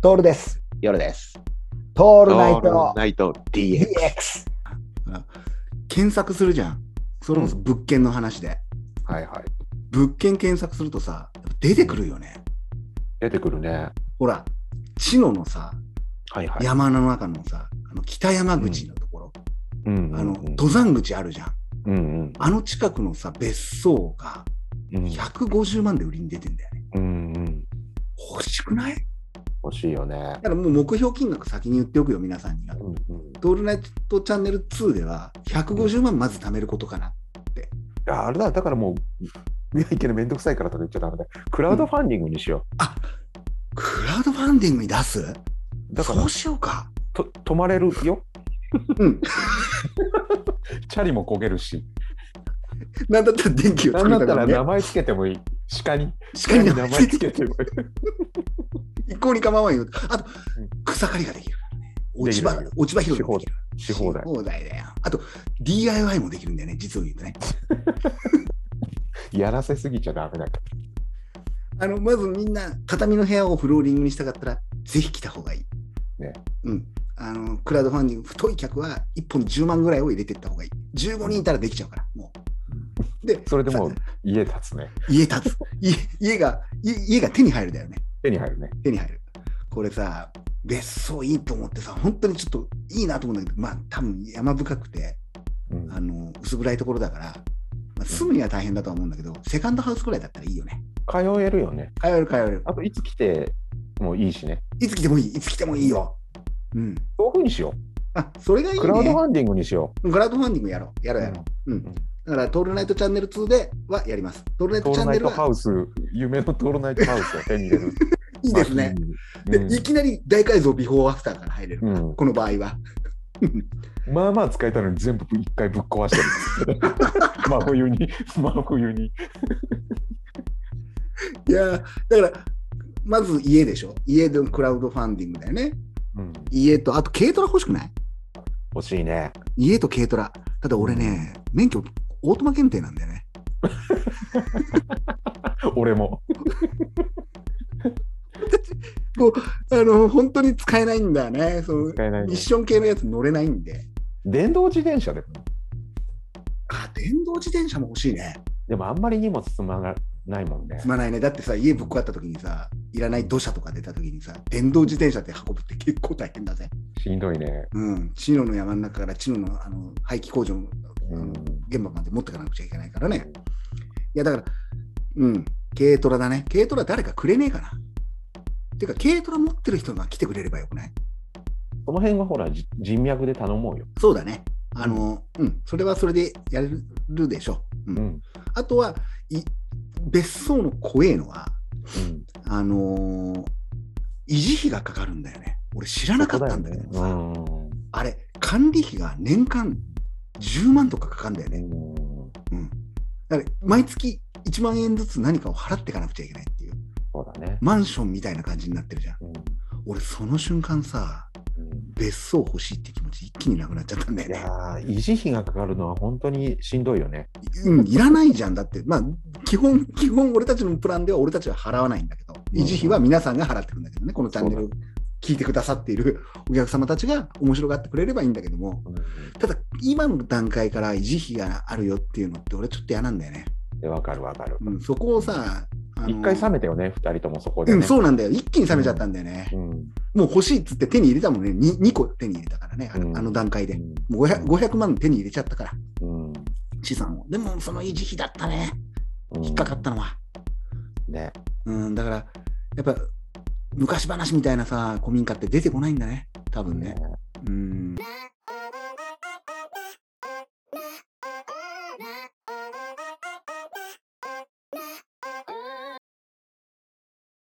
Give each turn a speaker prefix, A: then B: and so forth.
A: トールです。
B: 夜です。
A: ト
B: オ
A: ールナイト
B: ナイト DX。
A: DX。
C: 検索するじゃん。それも物件の話で。
B: はいはい。
C: 物件検索するとさ、出てくるよね。
B: 出てくるね。
C: ほら、知野のさ、
B: はいは。
C: 山の中のさ、あの北山口のところ、
B: うんうんうん
C: あの、登山口あるじゃん。
B: うん
C: あの近くのさ、別荘が
B: うんうん
C: 150万で売りに出てんだよね。
B: うんうん。
C: 欲しくない
B: 欲しいよね。
C: だからもう目標金額先に言っておくよ、皆さんには。
B: うんうん
C: トールナイトチャンネル2では、150万まず貯めることかな。
B: いやあれだ、だからもう、いや、いけない、めんどくさいからとか言っちゃダメだよ。クラウドファンディングにしよ
C: クラウドファンディングに出す
B: う。だから
C: そう、しようか。
B: と泊まれるよ。
C: うん。
B: チャリも焦げるし。
C: なんだったら電気を
B: なん
C: 作
B: だ
C: るめ
B: ったたら
C: にね
B: 名前つけてもいい。鹿に。
C: しっかり名
B: 名
C: 前
B: 前つけてもいい。
C: 一向に構わんよ。あと
B: うん、
C: 草刈りができるからね。落ち
B: で
C: 葉
B: きるできる、
C: 落ち葉拾いができる。
B: し放題。
C: 放題だよ。あと、DIY もできるんだよね、実を言うとね。
B: やらせすぎちゃダメだか
C: あの、まずみんな、畳の部屋をフローリングにしたかったら、ぜひ来た方がいい。
B: ね。
C: うん。あの、クラウドファンディング、太い客は1本10万ぐらいを入れていった方がいい。15人いたらできちゃうから、もう。で、
B: それでもう
C: さ
B: 家立つね。
C: 家建つ。家家が、家家が手に入るだよね。
B: 手に入るね。
C: 手に入る。これさ、別荘いいと思ってさ、本当にちょっといいなと思うんだけど、まあ多分山深くて、
B: うん
C: あの薄暗いところだから、まあ、住むには大変だとは思うんだけど、セカンドハウスくらいだったらいいよね。
B: 通えるよね。
C: 通える通える。
B: あと、いつ来てもいいしね。
C: いつ来てもいい、いつ来てもいいよ。うん。
B: そういうふうにしよ。
C: あ、それがいいうね。
B: クラウドファンディングにしよ
C: クラウドファンディングやろう。やろうやろう。うん。
B: ん
C: だから、トールナイトチャンネル2ではやります。トールナ
B: う。
C: イト
B: トー
C: チ
B: ル
C: ャン
B: ナ
C: ネ
B: イ
C: ル
B: ト
C: は
B: ハウス、夢のトールナイトハウスを手に入れる。
C: いいですね。
B: まあ。
C: で、いきなり大改造ビフォーアフターから入れる。
B: うんうん
C: この場合は。
B: まあまあ使えたのに全部一回ぶっ壊し てる。真冬に、真冬に。
C: いやーだから、まず家でしょ。家でクラウドファンディングだよね。
B: うん
C: 家と、あと軽トラ欲しくない
B: 欲しいね。
C: 家と軽トラ。ただ俺ね、免許、オートマ検定なんだよね。
B: 俺も。
C: あの、本当に使えないんだよね。その
B: 使えない
C: ミ
B: ね
C: ッション系のやつ乗れないんで。
B: 電動自転車でも。
C: あ、電動自転車も欲しいね。
B: でもあんまり荷物積まないもんね
C: す。まないね。だってさ、家ぶっ壊った時にさ、いらない土砂とか出た時にさ、電動自転車って運ぶって結構大変だぜ。
B: しんどいね。
C: うん。知能の山の中から知能のあの廃棄工場のあ
B: う
C: の
B: ん
C: 現場まで持ってかなくちゃいけないからね。いや、だから、うん、軽トラだね。軽トラ誰かくれねえかな。てか、軽トラ持ってる人が来てくれればよくない
B: その辺はほら、じ人脈で頼もうよ。
C: そうだね。あの、うん、それはそれでやれるでしょう。うん
B: うん。
C: あとは、い別荘の怖えのは、あのー維持費がかかるんだよね。俺知らなかったんだけど
B: う
C: さ、
B: ん。
C: あれ、管理費が年間10万とかかかるんだよね。
B: う
C: う
B: ん
C: ん。だから、毎月1万円ずつ何かを払っていかなくちゃいけないっていう。
B: そうだね。
C: マンションみたいな感じになってるじゃん。
B: うん
C: 俺、その瞬間さ、
B: うん
C: 別荘欲しいって気持ち一気になくなっちゃったんだよ
B: いや
C: ね。
B: ー維持費がかかるのは本当にしんどいよね。
C: うん、いらないじゃん。だって、まあ、基本、基本、俺たちのプランでは俺たちは払わないんだけど、維持費は皆さんが払ってくんだけどね、このチャンネルを聞いてくださっている お客様たちが面白がってくれればいいんだけども、ただ、今の段階から維持費があるよっていうのって、俺ちょっと嫌なんだよね。
B: でわかるわかる。
C: うん、そこをさ、あの
B: 一回冷めたよね、二人ともそこで
C: う
B: ね。
C: ん、そうなんだよ。一気に冷めちゃったんだよね。
B: うん。
C: もう欲しいっつって手に入れたもんね。に 2, 個手に入れたからね、あの,、
B: うん
C: あの段階で。
B: うん
C: もう 500, 500万手に入れちゃったから、
B: うん
C: 資産を。でも、その維持費だったね。
B: うん
C: 引っかかったのは。
B: ね。
C: うん、だから、やっぱ、昔話みたいなさ、古民家って出てこないんだね、多分ね。うん。